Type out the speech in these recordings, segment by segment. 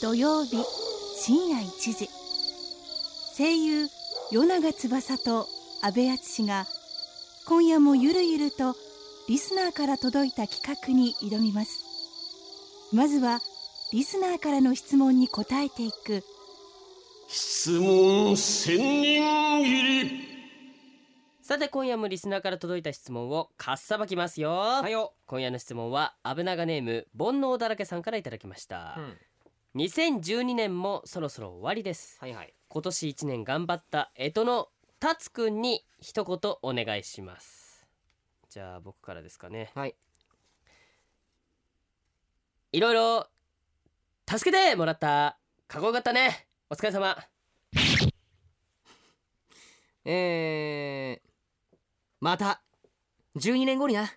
土曜日深夜1時声優与永翼と阿部淳が今夜もゆるゆるとリスナーから届いた企画に挑みますまずはリスナーからの質問に答えていく質問千人切りさて今夜もリスナーから届いた質問をかっさばきますよはいよ、今夜の質問はアブナガネーム煩悩だらけさんからいただきました、2012年もそろそろ終わりですはいはい今年1年頑張った干支のタツくんに一言お願いしますじゃあ僕からですかねはいいろいろ助けてもらったかっこよかったねお疲れ様えー、また12年後にな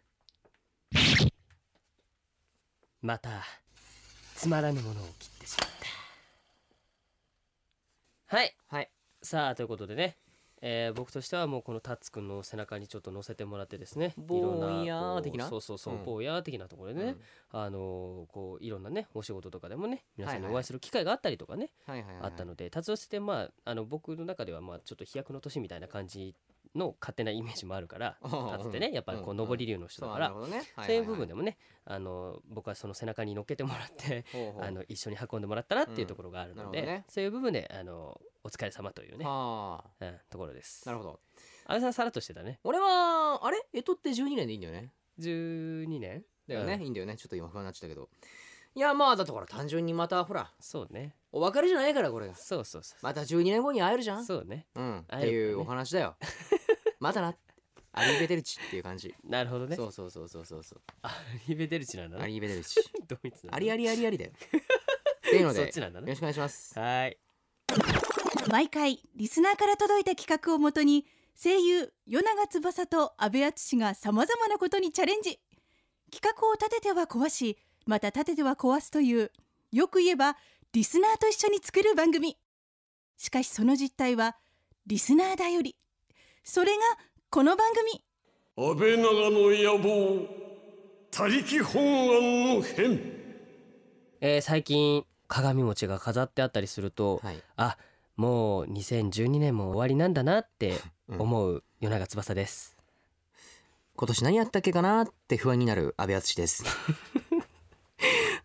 またつまらぬものを切ってしまったはい、はい、さあということでね、えー、僕としてはもうこのタッツくんの背中にちょっと乗せてもらってですねぼーやーいろんこう的なそうそうそう、うんぼーやー的なところでね、うんあのーこういろんなねお仕事とかでもね皆さんにはいおはい会いする機会があったりとかね、はいはいはい、あったので達夫してまああの僕の中ではまあちょっと飛躍の年みたいな感じの勝手なイメージもあるから あー達夫ってねやっぱりこう上りん流の人だそうかならるほどねそういう部分でももねあの僕はその背中に乗っけてもらってほうほうあの一緒に運んでもらったなっていうところがあるなるのほで、どねそういう部分であのお疲れ様というね、はうあん、ところです。なるほど安倍さんさらっとしてたね俺はあれえとって12年でいいんだよね12年だよね、うんいいんだよねちょっと今不安になっちゃったけどいやまあだとほら単純にまたほらそうねお別れじゃないからこれがそうそうそう、また12年後に会えるじゃんそうねうん、っ会えるからねていうお 話だよまたなアリーベデルチっていう感じ、なるほど ねそうそうそうそうそうそうアリベデルチなんだアねリーベデルチ ドイツなんだねアリアリアリア リだよっていうのでそっよちなんだねろしくお願いしますはーい毎回リスナーから届いた企画をもとに声優与永翼と阿部淳がさまざまなことにチャレンジ企画を立てては壊しまた立てては壊すというよく言えばリスナーと一緒に作る番組しかしその実態はリスナーだよりそれがこの番組安倍長の野望他力本願の変えー最近鏡餅が飾ってあったりすると、はいあもう2012年も終わりなんだなって うん思う夜長翼です、 今年何やったっけかなって不安になる安倍敦です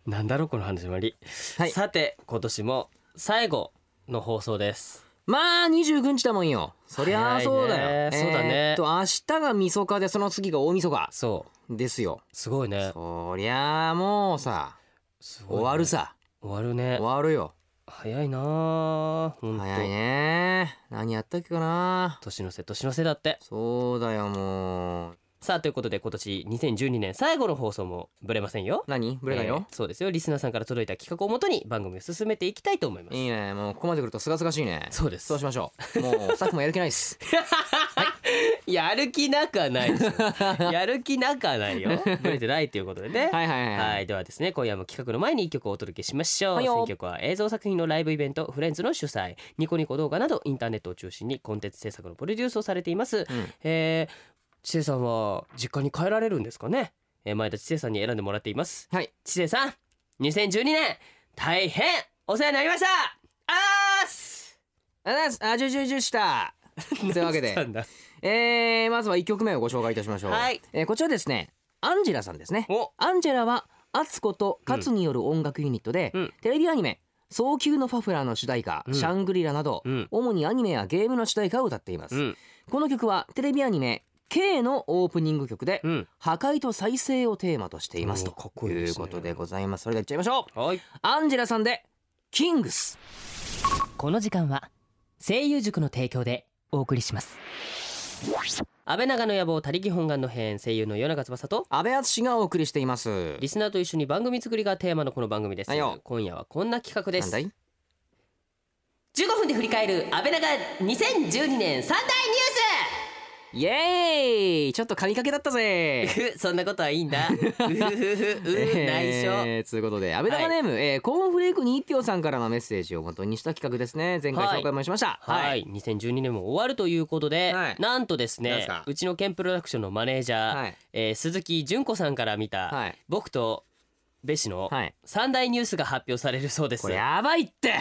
なんだろうこの始まり、はいさて今年も最後の放送ですまあ29日だもんよそりゃあそうだよ、早いねそうだねえーっと明日が晦日でその次が大晦日そうですよすごいねそりゃあもうさすごいね終わるさ終わるね終わるよ早いなあほんと早いね何やったっけかな年の瀬年の瀬だってそうだよもうさあということで今年2012年最後の放送もブレませんよ何ブレないよえ、ーそうですよリスナーさんから届いた企画をもとに番組を進めていきたいと思いますいいねもうここまで来るとすがすがしいねそうですそうしましょうもうスタッフもやる気ない っすやる気なくはないですよ やる気なくはないよブレてないということでねはいはいはい、はいではですね今夜も企画の前に一曲をお届けしましょう、はいよ選曲は映像作品のライブイベントフレンズの主催ニコニコ動画などインターネットを中心にコンテンツ制作のプロデュースをされています、うんえー、知世さんは実家に帰られるんですかね、えー前田知世さんに選んでもらっていますはい知世さん2012年大変お世話になりましたあーすありがとうございますあじゅじゅじゅした というわけなでんだえー、まずは一曲目をご紹介いたしましょう、はいえーこちらですねアンジェラさんですねおアンジェラはアツコとカツによる音楽ユニットで、うんテレビアニメ「早急のファフラー」の主題歌「うんシャングリラ」など、うん主にアニメやゲームの主題歌を歌っています、うんこの曲はテレビアニメ「K」のオープニング曲で、うん破壊と再生をテーマとしていますとおーかっこいいですねうことでございますそれではいっちゃいましょうはいアンジェラさんで「キングスこの時間は声優塾の提供でお送りします安倍長の野望他力本願の編声優の与永翼と」阿部淳がお送りしていますリスナーと一緒に番組作りがテーマのこの番組ですはいよ今夜はこんな企画でなんすだい15分で振り返る安倍長2012年三大イエーイちょっと神掛けだったぜニュース そんなことはいいん だうふふふう内緒えーということで安倍長ネーム、えーコーンフレークに一票さんからのメッセージを元にした企画ですね前回はい紹介もしましたはい、2012年も終わるということで、はいなんとですなんすねかうちのケンプロダクションのマネージャー、はいえー鈴木純子さんから見た、はい僕とべしのはい三大ニュースが発表されるそうですこれやばいって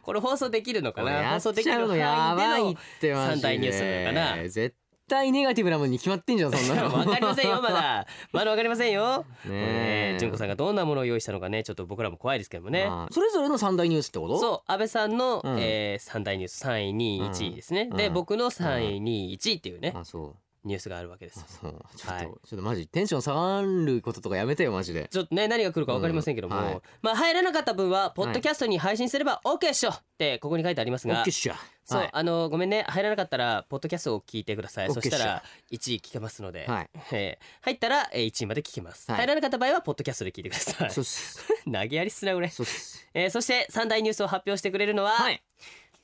これ放送できるのかこれなや放っちゃ送できうるの範囲でやばいのってマジで三大ニュースなのかな絶対ネガティブなもんに決まってんじゃんそ んなのわ かりませんよまだまだわかりませんよねねええ純子さんがどんなものを用意したのかねちょっと僕らも怖いですけどもね、まあそれぞれの三大ニュースってことそう安倍さんの、うんえー、三大ニュース3位う2位ん1位ですね、でうん僕の3位2位1位っていうね、あそうニュースがあるわけですあよそう ちょっと、はいちょっとマジテンション下がることとかやめてよマジでちょっとね何が来るかわかりませんけども、うんはいまあ入らなかった分はポッドキャストに配信すれば OK っしょってここに書いてありますオッがケーっしゃそう、はいあのごめんね入らなかったらポッドキャストを聞いてください OK そしたっしゃら1位聞けますので、はいえー入ったらえー1位まで聞けます、はい入らなかった場合はポッドキャストで聞いてくださいそうっす 投げやりっすなこれそうっすえーそして三大ニュースを発表してくれるのは、はい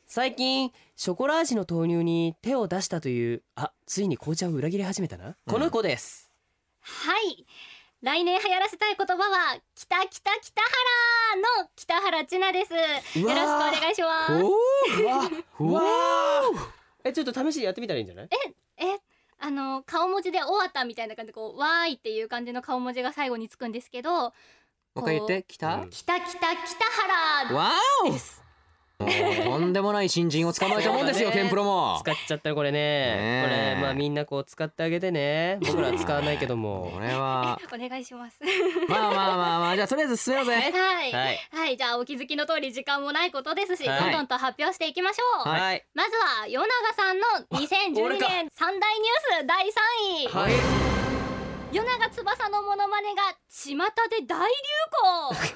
最近ショコラ味の豆乳に手を出したというあついに紅茶を裏切り始めたな、この子ですはい来年流行らせたい言葉は北北北原の北原千奈ですようろわーしくお願いします おーうわうわえちょっと試しにやってみたらいいんじゃないえあの顔文字で終わったみたいな感じでこうわーいっていう感じの顔文字が最後につくんですけどもう一回言ってきた、うん北北北原わおもですうとんでもない新人を捕まえたもんですよ、そうだねケンプロも使っちゃったよこれねねえこれまあみんなこう使ってあげてね僕らは使わないけども これはお願いしますまあまあまあまあじゃあとりあえず進めようぜはいはいはいじゃあお気づきの通り時間もないことですし、はいどんどんと発表していきましょう、はいはいまずは与永さんの俺2012か年三大ニュース第3位はい与永翼のモノマネが巷で大流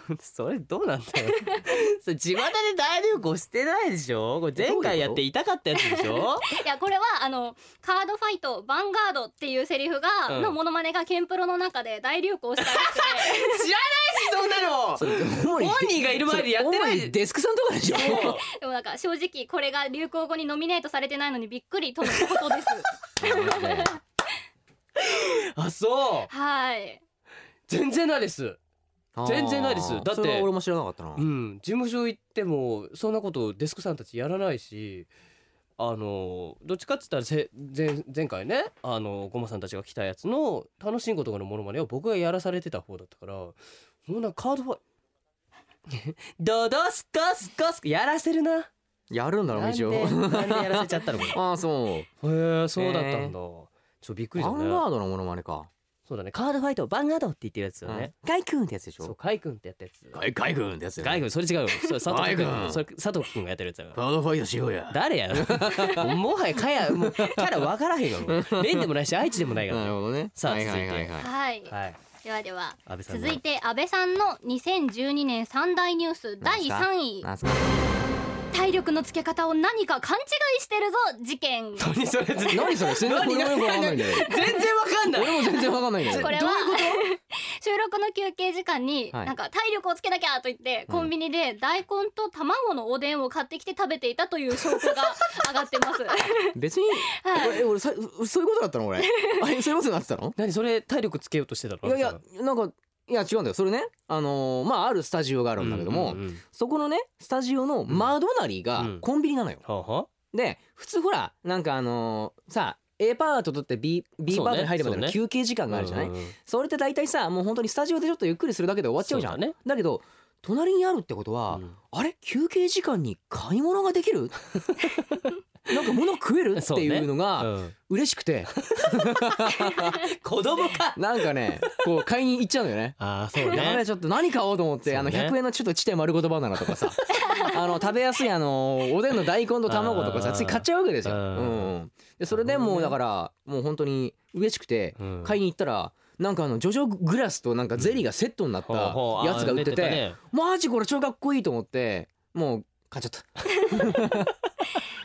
行それどうなんだよ それ地元で大流行してないでしょこれ前回やって痛かったやつでし ょいやこれはあのカードファイトバンガードっていうセリフが、うんのモノマネがケンプロの中で大流行したらし くてそんなのそれ主本に人がいる前でやってない主にデスクさんとかでしょそうでもなんか正直これが流行語にノミネートされてないのにびっくりとのこと ですあそうはい全然ないです全然ないですだってそれは俺も知らなかったな、うん、事務所行ってもそんなことデスクさんたちやらないしあのどっちかっつったらせ前前回ねあのゴマさんたちが来たやつの楽しいことかのモノマネを僕がやらされてた方だったからもうなんかカードファイ ドドスカスカスカやらせるな やるんだろなん一で応なんでやらせちゃったのこああそうれへえそうだったんだ、ちょっとびっくりアだンガねードのモノマネかそうだねカードファイトバンガードって言ってるやつよね、ガイ君ってやつでしそうょカイ君ってやったやつイガイ君ってやつガイ君それ違うよ それ佐藤ガイ君君それ佐藤君がやってるやつだからカードファイトしようや誰 やもはやかやもうキャラ分からへんが もうレンでもないし愛知でもないがなるらほどねさあはいはいはいはいはい、はいではでは安倍さん続いて安倍さんの2012年三大ニュース第3位なんすか体力のつけ方を何か勘違いしてるぞ事 件何それ全然何それ全然俺もよくわかんないんだよ分かんない 俺も全然わかんないんだよ これは収録の休憩時間に、はいなんか体力をつけなきゃと言ってうんコンビニで大根と卵のおでんを買ってきて食べていたという証拠 が上がってます。別に俺俺さそういうことだった の俺あれそういうことになってたの何それ体力つけようとしてたのいやいやなんかいや違うんだよそれねあのーまああるスタジオがあるんだけども、うんうんうんそこのねスタジオの窓なりがうんコンビニなのよ、はあはで普通ほらなんかあのーさ A パートとって B, B そうパねートに入るまでそうのね休憩時間があるじゃないそ,、うんうんうんれって大体さもう本当にスタジオでちょっとゆっくりするだけで終わっちゃうじゃんそうだ,、だねけど隣にあるってことは、うんあれ休憩時間に買い物ができ るなんか物食えるっていうのがうん嬉しくて、子供か なんかねこう買いに行っちゃうんだよねああそうやべね えちょっと何買おうと思って、そうねあの100円のちょっとちっちゃい丸ごとバナナと かさあの食べやすいあのおでんの大根と卵とかあさーつい買っちゃうわけですよ。ううんんうんでそれでもうだからもう本当に嬉しくてうん買いに行ったらなんかあのジョジョグラスとなんかゼリーがセットになったほうほうあやつが売って出たてねマジこれ超かっこいいと思ってもう買っちゃった。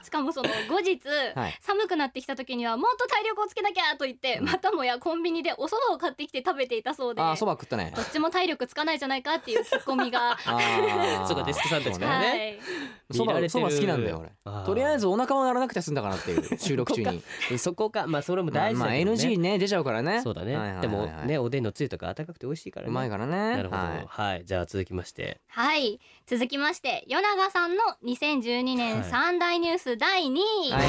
しかもその後日、はい寒くなってきた時にはもっと体力をつけなきゃと言ってまたもやコンビニでお蕎麦を買ってきて食べていたそうであーそばど食っ たね。っちも体力つかないじゃないかっていうツッコ ミが。あーそうかデスクさんたちからねはい、そ見られてばるそば好きなんだよあー俺。とりあえずお腹は鳴らなくて済んだかなっていう収録中に。そ こかまあそれも大事まあだまあけどね NG ね出ちゃうからね。そうだはいはいねはいでもはいねおでんのつゆとか温かくて美味しいからねうまいからね。なるほどはいはいじゃあ続きましてはい続きまして与永さんの2012は年い三大ニュース第2位、はい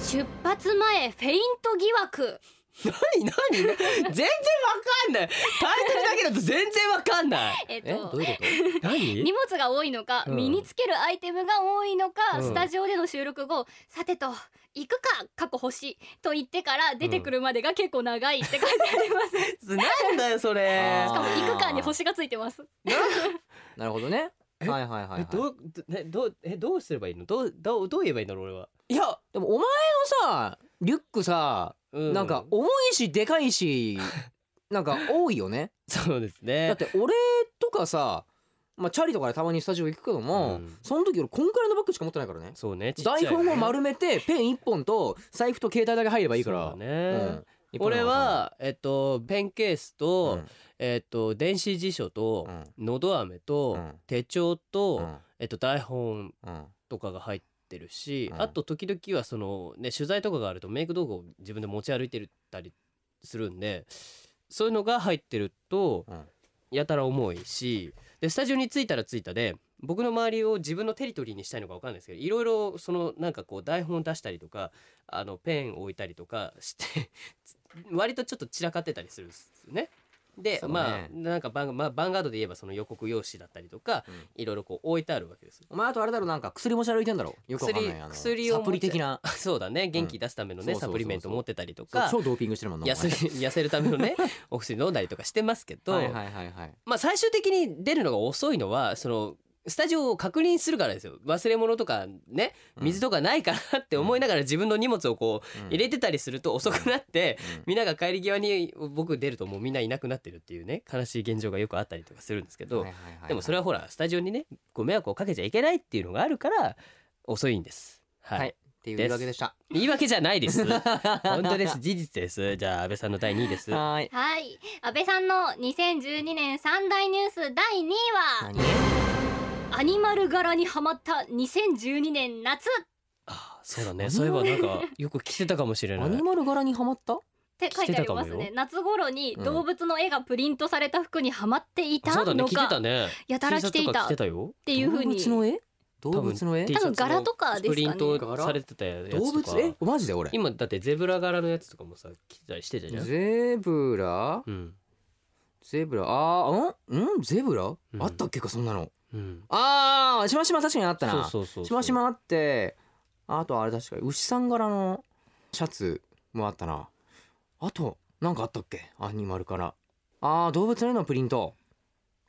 出発前フェイント疑惑 何何全然わかんないタイトルだけだと全然わかんないえっえどとういうこと何荷物が多いのか、うん身につけるアイテムが多いのか、うんスタジオでの収録後さてと行くか過去星と言ってから出てくるまでが結構長いって書いてあります、しなんだよそれあーかも行くかに星がついてますなるほどねはえいはいはい、はえい、どうねどうえどうすればいいのどうどうどう言えばいいんだろう俺は、いやでもお前のさリュックさ、うなんか重いしでかいしなんか多いよねそうですだっねて俺とかさまあチャリとかでたまにスタジオ行くけども、うんその時俺こんくらいのバッグしか持ってないからねそうねちっちゃい台よね本を丸めてペン一本と財布と携帯だけ入ればいいからそうだね、うん俺はえっとペンケースと、うんえっと電子辞書と、のど飴と、うん手帳と、うんえっと台本うんとかが入ってるし、うんあと時々はそのね取材とかがあるとメイク道具を自分で持ち歩いてたりするんでそういうのが入ってるとうんやたら重いしでスタジオに着いたら着いたで僕の周りを自分のテリトリーにしたいのか分かんないですけどいろいろそのなんかこう台本を出したりとかあのペンを置いたりとか して割とちょっと散らかってたりするんですよね。でそうねまあなんかバン,、まあ、バンガードで言えばその予告用紙だったりとか、うんいろいろこう置いてあるわけですよ お前あとあれだろなんか薬持ち歩いてんだろよくわかんない薬あの薬を持サちプリ的なそうだね元気出すためのね、そうそうそうそうサプリメント持ってたりとそうか超ドーピングしてるもんなお前痩せ痩せるための ねお薬飲んだりとかしてますけど、はいはいはいはいまあ最終的に出るのが遅いのはそのスタジオを確認するからですよ忘れ物とかね水とかないかなって思いながら自分の荷物をこう入れててたりすると遅くなって。みんなが帰り際に僕出るともうみんないなくなってるっていうね悲しい現状がよくあったりとかするんですけど、でもそれはほらスタジオにねこう迷惑をかけちゃいけないっていうのがあるから遅いんです。はい、はいっていうわけでした言い訳じゃない です。 本当です。事実です。じゃあ安倍さんの第2位です。 はーいはい安倍さんの2012年三大ニュース第2位は何アニマル柄にハマった2012年夏っあ、そうだね。そういえばなんかよく着てたかもしれなアい。ニマル柄にハマったて書いてあ着てたりますかもねよ夏頃にうん動物の絵がプリントされた服にハマっていあたそうだね。の着てたかね。やたら着てい T シャツとかた着ってたよ。ていうふうに動物の絵動物の絵多分 T シャ多ツ分の柄とかですかねプリントされてたやつとか。動物えマジで俺今だってゼブラ柄のやつとかもさ着てたりしてたじゃん。ゼブラうん。ゼブラあーうんうんゼブラ、んあったっけかそんなのうん。あーしましま確かにあったなそうそうそう。しまし。まあってあとあれ確か牛さん柄のシャツもあったなあとなんかあったっけアニマルからあー動物の絵のプリント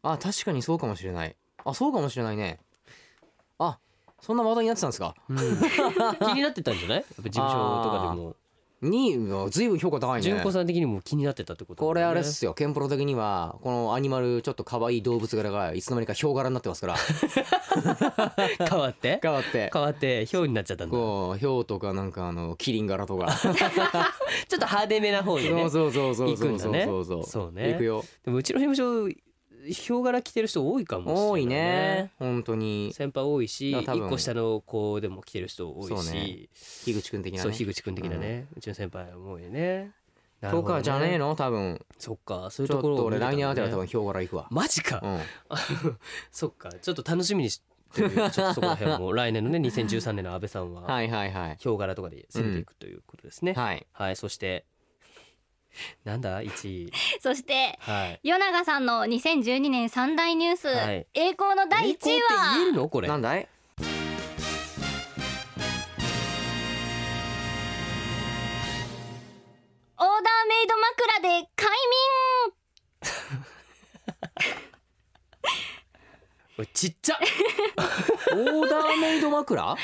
あ確かにそうかもしれないあそうかもしれないねあそんな話題になってたんですかうん、気になってたんじゃない？やっぱ事務所とかでも にずいぶん評価高い純ね子さん的にも気になってたってことだこもんね、れあれっすよケンプロ的にはこのアニマルちょっと可愛い動物柄がいつの間にかヒョウ柄になってますから変わ って変わって変わってヒョウになっちゃったんだ。こうヒョウとかなんかあのキリン柄とかそちょっと派手めな方にねう。そうそうそう行くそんうだそうねそうそうそうね行くよでもうちの事務所ヒョウ柄着てる人多いかもしれない、多いね本当に先輩多いしだから多分一個下の子でも着てる人多いそうねし樋口くん的なねそう,、樋口くん的なね、うちの先輩は多いねなるとほどかじゃねえの多分そっかそういちうとょっころと俺見てた来んだね年あたりは多分ヒョウ柄行くわマジか、うん そっかちょっと楽しみにして るよちょっとそこら辺も来年のね2013年の安倍さんははいはいはいヒョウ柄とかで攻めていくということですね、はい、はいそしてなんだ1位そしてはい与永さんの2012年三大ニュース、はい栄光の第1位栄光って言えるはのこれなんだいオーダーメイド枕で快眠おいちっちゃオーダーメイド枕は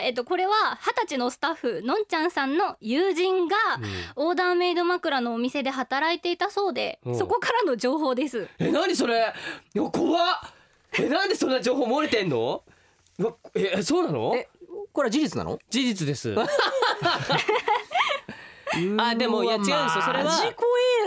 い、えっと、これは二十歳のスタッフのんちゃんさんの友人が、うんオーダーメイド枕のお店で働いていたそうで、うんそこからの情報です。え何それいや怖っえなんでそんな情報漏れてんのうわえそうなのえこれは事実なの事実です あでもいや違うんですよそれはマジ怖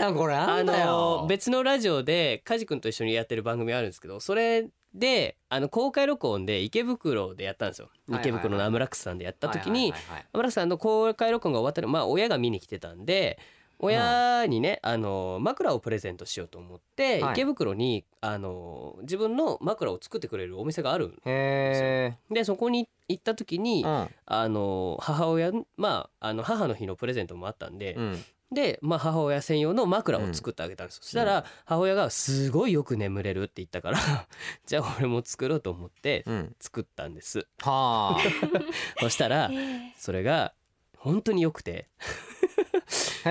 えなこれなあんだよの別のラジオでカジ君と一緒にやってる番組あるんですけどそれであの公開録音で池袋でやったんですよはいはい池袋のアムラックスさんでやった時にはいはいはいはいアムラックスさんの公開録音が終わったらまあ親が見に来てたんで親にね、あの枕をプレゼントしようと思って、はい池袋にあの自分の枕を作ってくれるお店があるんへでそこに行った時に、えあの母親まああの母の日のプレゼントもあったんで、うんうんで、まあ、母親専用の枕を作ってあげたんですよ、そしたら母親が「すごいよく眠れる」って言ったから じゃあ俺も作ろうと思ってうん作ったんです はそしたらえそれが本当に良くてあ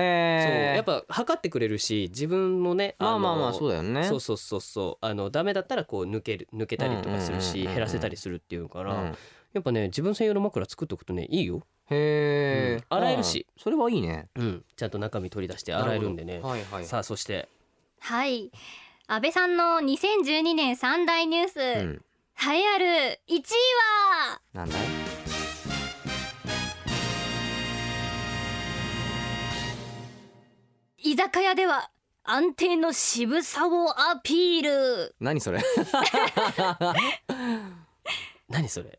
そうへえやっぱ測ってくれるし自分もねまあのまあまあそうだよねそうそうそうそうあのダメだったらこう抜ける抜けたりとかするうんうんうんしうんうん減らせたりするっていうから、うんやっぱね自分専用の枕作っとくとねいいよ、へうえ、ん洗えるしああそれはいいねうん、ちゃんと中身取り出して洗えるんでね、はいはいさあそしてはい安倍さんの2012年三大ニュース、う栄ん、えある1位はなんだい居酒屋では安定の渋さをアピール何それ何それ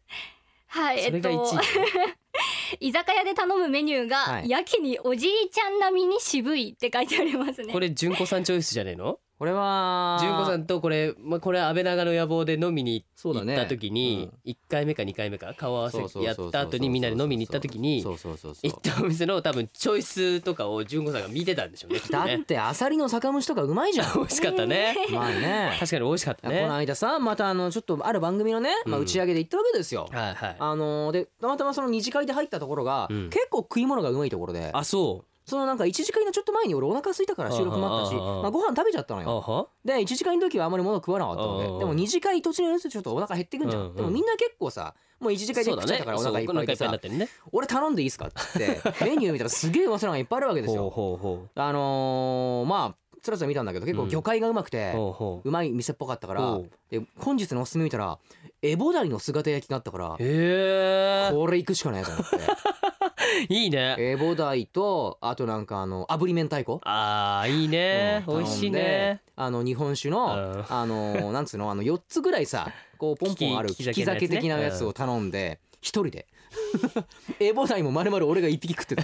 はいそれが1位、えっと 居酒屋で頼むメニューが、はいやけにおじいちゃん並みに渋いって書いてありますねこれ純子さんチョイスじゃねえのこれは純子さんとこれ、まあ、これ安倍長の野望で飲みにそう行だねった時に、う一1回目か2回目か顔合わせやった後にみんなで飲みに行った時にそうそうそうそう行ったお店の多分チョイスとかを純子さんが見てたんでしょうねきっとだねってアサリの酒蒸しとかうまい じゃん美味しかったねまあね確かに美味しかったねこのは間さまたあのちょっとある番組のね、まあ、うん打ち上げで行ったわけですよ、いはいあのーでたまたまその二次会で入ったところが、うん結構食い物がうまいところであそうそのなんか一次会のちょっと前に俺お腹空いたから収録もあったしああああああまあ、ご飯食べちゃったのあよはで一次会の時はあんまり物食わなかったのああああででも二次会途中のやつちょっとお腹減ってくんじゃん、うんうんでもみんな結構さもう一次会でそう食っだちゃねったからお腹いっぱいでそうおさ、腹いっぱいになってるね俺頼んでいいですかって言ってメニュー見たらすげえうまそうなのがいっぱいあるわけで すほうよほうほあのー、まあつらつら見たんだけど結構魚介がうまくうて、ほうほううまい店っぽかったからほうで本日のおすすめ見たらエボダイの姿焼きがあっ たからへこれ行くしかないと思っえいいねてエボダイとあとなんかあの炙り明太子あーいいねうん美味しいね頼んであの日本酒の、うんあのなんつうのあの4つぐらいさこうポンポンある利き利き酒利き酒的的ななややつねつを頼んで一人で エボダイもまるまる俺が一匹食ってた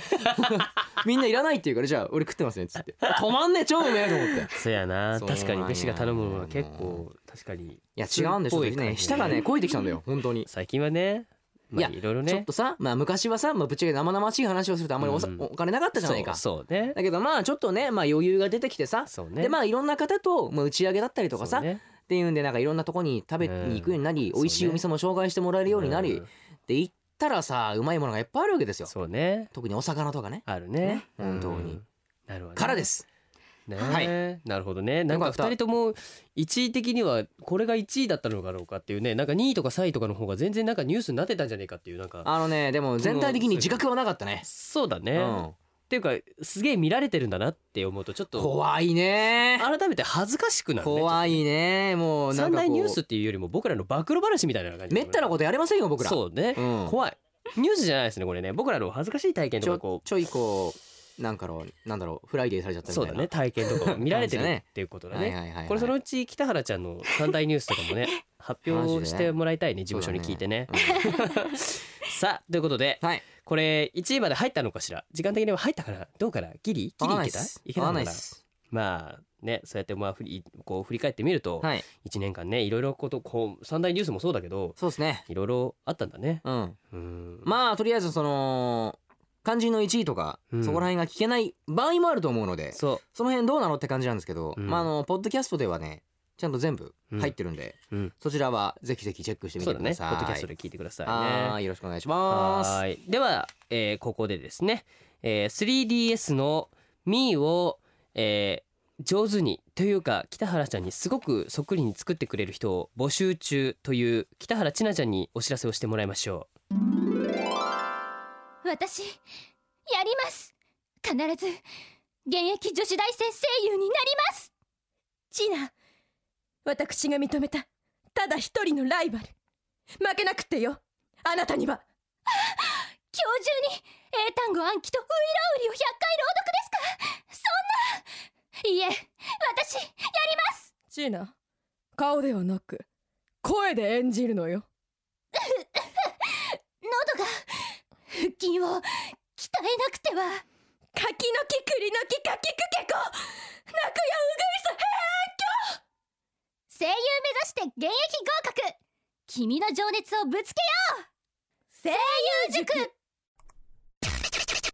みんないらないって言うからじゃあ俺食ってますねっつ って止まんねえ超うめえと思ってそやなそうなんや確かに弟子が頼むのは結構確かにいや違うんですよすっごい感じね舌がね肥えてきた んだよ本当に最近はねまあいやいろいろちょっねとさ、まあ、昔はさ、まあ、ぶっちゃけ生々しい話をするとあんまりお,、さうんお金なかったじゃないかそうそうねだけどまあちょっとね、まあ、余裕が出てきてさ、そうねでまあいろんな方と、まあ、打ち上げだったりとかさ、そうねっていうんでなんかいろんなとこに食べに行くようになり、うん美味しいお店も紹介してもらえるようになり、んで行ったらさうまいものがいっぱいあるわけですよそうね特にお魚とかねあるね本当にうんなるほどねからですね、はなるほどねなんかよかった2人とも一位的にはこれが1位だったのかどうかっていうねなんか2位とか3位とかの方が全然なんかニュースになってたんじゃねえかっていうなんかあのねでも全体的に自覚はなかったね、そうだうね、っん、ていうかすげえ見られてるんだなって思うとちょっと怖いね改めて恥ずかしくなるね怖いねもうな三んか大こニュースっうていうよりも僕らの暴露話みたいな感じめったなことやれませんよ僕らそうね、うん怖いニュースじゃないですねこれね僕らの恥ずかしい体験ちとかょこちょいこうなんかのなんだろうフライデーされちゃっうたみそたういなだね体験 とかを見られてる感じだねっていうことだはいねはいはいはいこれそのうち北原ちゃんの三大ニュースとかも ね発表してもらいたいね事務所に聞いてね。さあということではいこれ1位まで入ったのかしら時間的には入ったかなどうかなギリギリいけたいけわたかのんないかっなすまあねそうやってまあ振りこう振り返ってみるとはい1年間ねいろいろことこう三大ニュースもそうだけどそうですねいろいろあったんだね。うんうんまあとりあえずその肝心の1位とか、うんそこら辺が聞けない場合もあると思うのでそその辺どうなのって感じなんですけど、うんまああのポッドキャストではねちゃんと全部うん入ってるんで、う、うん、そちらはぜひぜひチェックしてみそてうだくねだポさい。ッドキャストで聞いてくださいねは。ーいよろしくお願いします。はいでは、えーここでですね、えー 3DS の「ミーを、えー上手にというか北原ちゃんにすごくそっくりに作ってくれる人を募集中という北原千奈ちゃんにお知らせをしてもらいましょ私やります必ず現役女子大生声優になりますちな私が認めたただ一人のライバル負けなくってよあなたには今日中に英単語暗記とウイラウリを100回朗読ですかそんないいえ私ちーナ顔ではなく声で演じるのよ喉が腹筋を鍛えなくては柿の木栗の木柿くけこ泣くやう声優目指して現役合格君の情熱をぶつけよう声優塾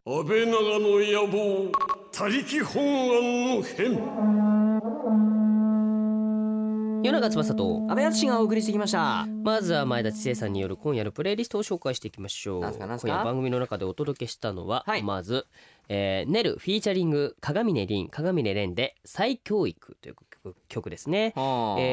安倍長の野望他力本願の変夜長翼と安倍淳がお送りしてきましたまずは前田知世さんによる今夜のプレイリストを紹介していきましょうなんすかなんすか今夜番組の中でお届けしたのは、はいまず、えー、ネルフィーチャリング鏡音凛鏡音蓮で再教育という曲曲ですねえ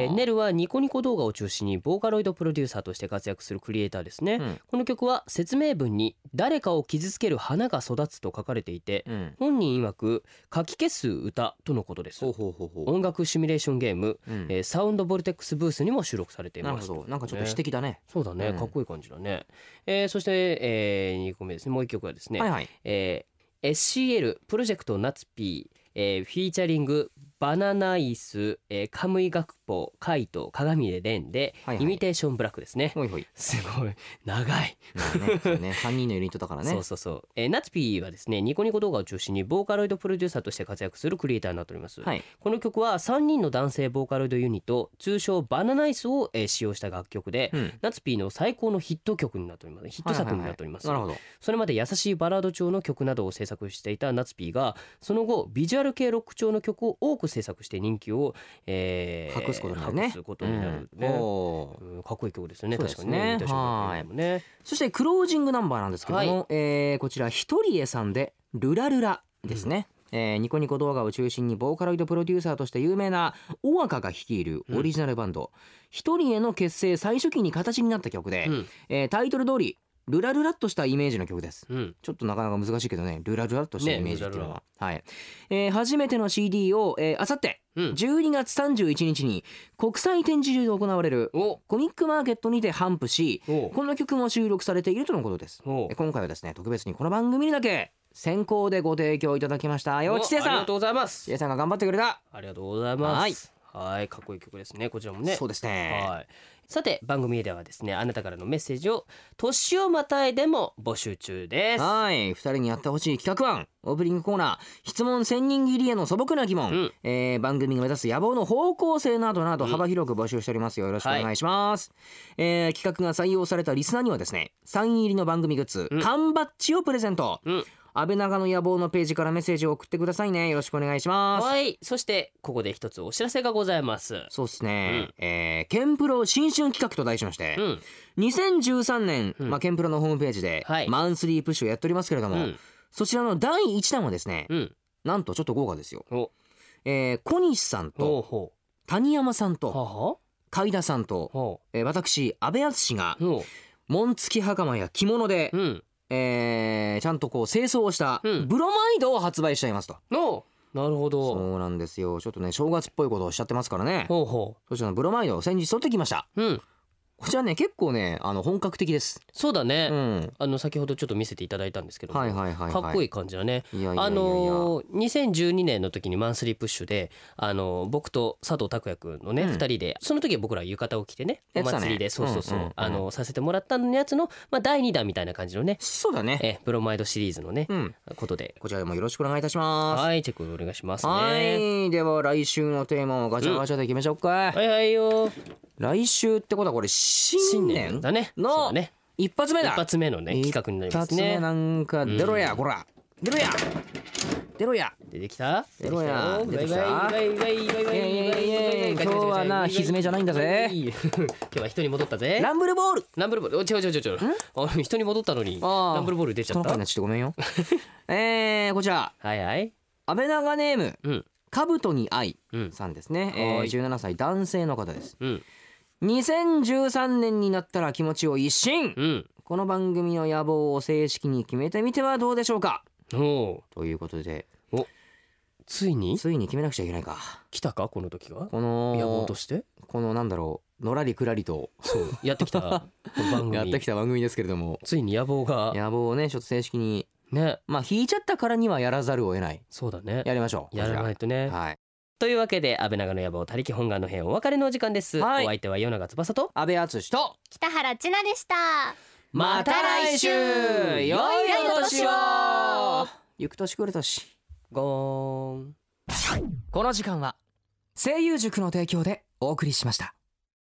ー、ネルはニコニコ動画を中心にボーカロイドプロデューサーとして活躍するクリエイターですね、うんこの曲は説明文に「誰かを傷つける花が育つ」と書かれていて、うん本人曰く書き消す歌とのことですほうほうほうほう音楽シミュレーションゲーム、うんえーサウンドボルテックスブースにも収録されていなるまほすどなんかちょっと詩的だねそうだね、うんかっこいい感じだね、えーそして、え2個目ですねもう1曲はですね、はいはいえー SCL プロジェクトナツピー、えーフィーチャリングバナナイス、えーカムイ学法カイト鏡でレンで、はいはいイミテーションブラックですねほいほいすごい長い、まあねそうね三人のユニットだからねそうそうそう、えー、ナツピーはですねニコニコ動画を中心にボーカロイドプロデューサーとして活躍するクリエイターになっております、はいこの曲は3人の男性ボーカロイドユニット通称バナナイスを、えー使用した楽曲で、うんナツピーの最高のヒット曲になっておりますヒット作になっております、はいはいはいなるそれまで優しいバラード調の曲などを制作していたナツピーがその後ビジュアル系ロック調の曲を多く制作して人気を、えほどー隠すことになるね隠すことになるね、うんおーうんかっこいい曲ですよねそうで確かすにねねイミテーションブラックもねそしてクロージングナンバーなんですけども、はえーこちらひとりえさんで「ルラルラ」ですね、えーニコニコ動画を中心にボーカロイドプロデューサーとして有名なオワカが率いるオリジナルバンド、ひとりえの結成最初期に形になった曲で、うんえータイトル通り「ルラルラ」っとしたイメージの曲ですうんちょっとなかなか難しいけどねルラルラっとしたねイメージっていうのルは、ラはい、えー初めての CD を、えー、あさってうん12月31日に国際展示場で行われるおコミックマーケットにて頒布しおこの曲も収録されているとのことですおえ今回はですね特別にこの番組にだけ先行でご提供いただきましたよおちせいありさがんとうございますちせいさんが頑張ってくれた、ありがとうございますはいかっこいい曲ですねこちらもねそうですねはい。さて番組ではですねあなたからのメッセージを年をまたいでも募集中ですはい2人にやってほしい企画案オープニングコーナー質問千人切りへの素朴な疑問、うんえー番組が目指す野望の方向性などなど幅広く募集しておりますよよろしくお願いします、えー企画が採用されたリスナーにはですねサイン入りの番組グッズ、缶バッジをプレゼント、うん安倍長の野望のページからメッセージを送ってくださいねよろしくお願いしますはいそしてここで一つお知らせがございますそうですね、えーケンプロ新春企画と題しましてう、ん2013年、んまあ、ケンプロのホームページで、はいマンスリープッシュをやっておりますけれどうも、んそちらの第1弾はですね、うんなんとちょっと豪華ですよ、おえー小西さんほうとほ谷山さんうはとは海田さんと、ほえー私阿部淳がうほ紋付き袴や着物でう、うんえーちゃんとこう清掃をしたうんブロマイドを発売しちゃいますと、のなるほどそうなんですよちょっとね正月っぽいことをおっしちゃってますからねほうほそちらのブロマイドを先日取ってきましたううんこちらね結構ねあの本格的ですそうだね、うんあの先ほどちょっと見せていただいたんですけどもはいはいはいはいかっこいい感じだねいやいやいやいやあのー2012年の時にマンスリープッシュで、あのー僕と佐藤拓也くんのね、うん二人でその時は僕ら浴衣を着てねおやってたね祭りでそうそうそう、うんうんうんあのーさせてもらったのやつの、まあ、第2弾みたいな感じのねそうだね。えブロマイドシリーズのね、うん。ことでこちらもよろしくお願いいたしまはいチェックお願いしますす。ねはい。では来週のテーマをガチャガチャで決めちゃおうか。はいはいよ来週ってことはこれ新新年年だねのそうだね一発目一だ。発目のね企画になります一ね発目なんか出ろや、こら。出ろや。出ろや。出てきた出ろや出てき出たよバイバイバイバイバイバイバイイエイイエイイエバイイバイ今日はなひずめじゃないんだぜ今日は人に戻ったぜランブルボール。ランブルボールお違う違う違う違うあ人に戻ったのにあーランブルボール出ちゃ人っの声たになっちゃってごめ んよ。えー、こちらはいはい安倍長ネームうんカブトに愛うんさんですね。えーはい17歳男性の方です。うん2013年になったら気持ちを一新。うんこの番組の野望を正式に決めてみてはどうでしょうかおーということでついについに決めなくちゃいけないか来たかこの時がこ野望のとしてこのなんだろうのらりくらりとそうやってきたこの番組やってきた番組ですけれどもついに野望が野望をねちょっと正式にねまあ引いちゃったからにはやらざるを得ないそうだねやりましょうやらないとこねちらはいというわけで安倍長の野望他力本願の編お別れのお時間です、はいお相手は与永翼と安倍敦と北原千奈でしたまた来週良いお年を行く年来る年ゴーンこの時間は声優塾の提供でお送りしました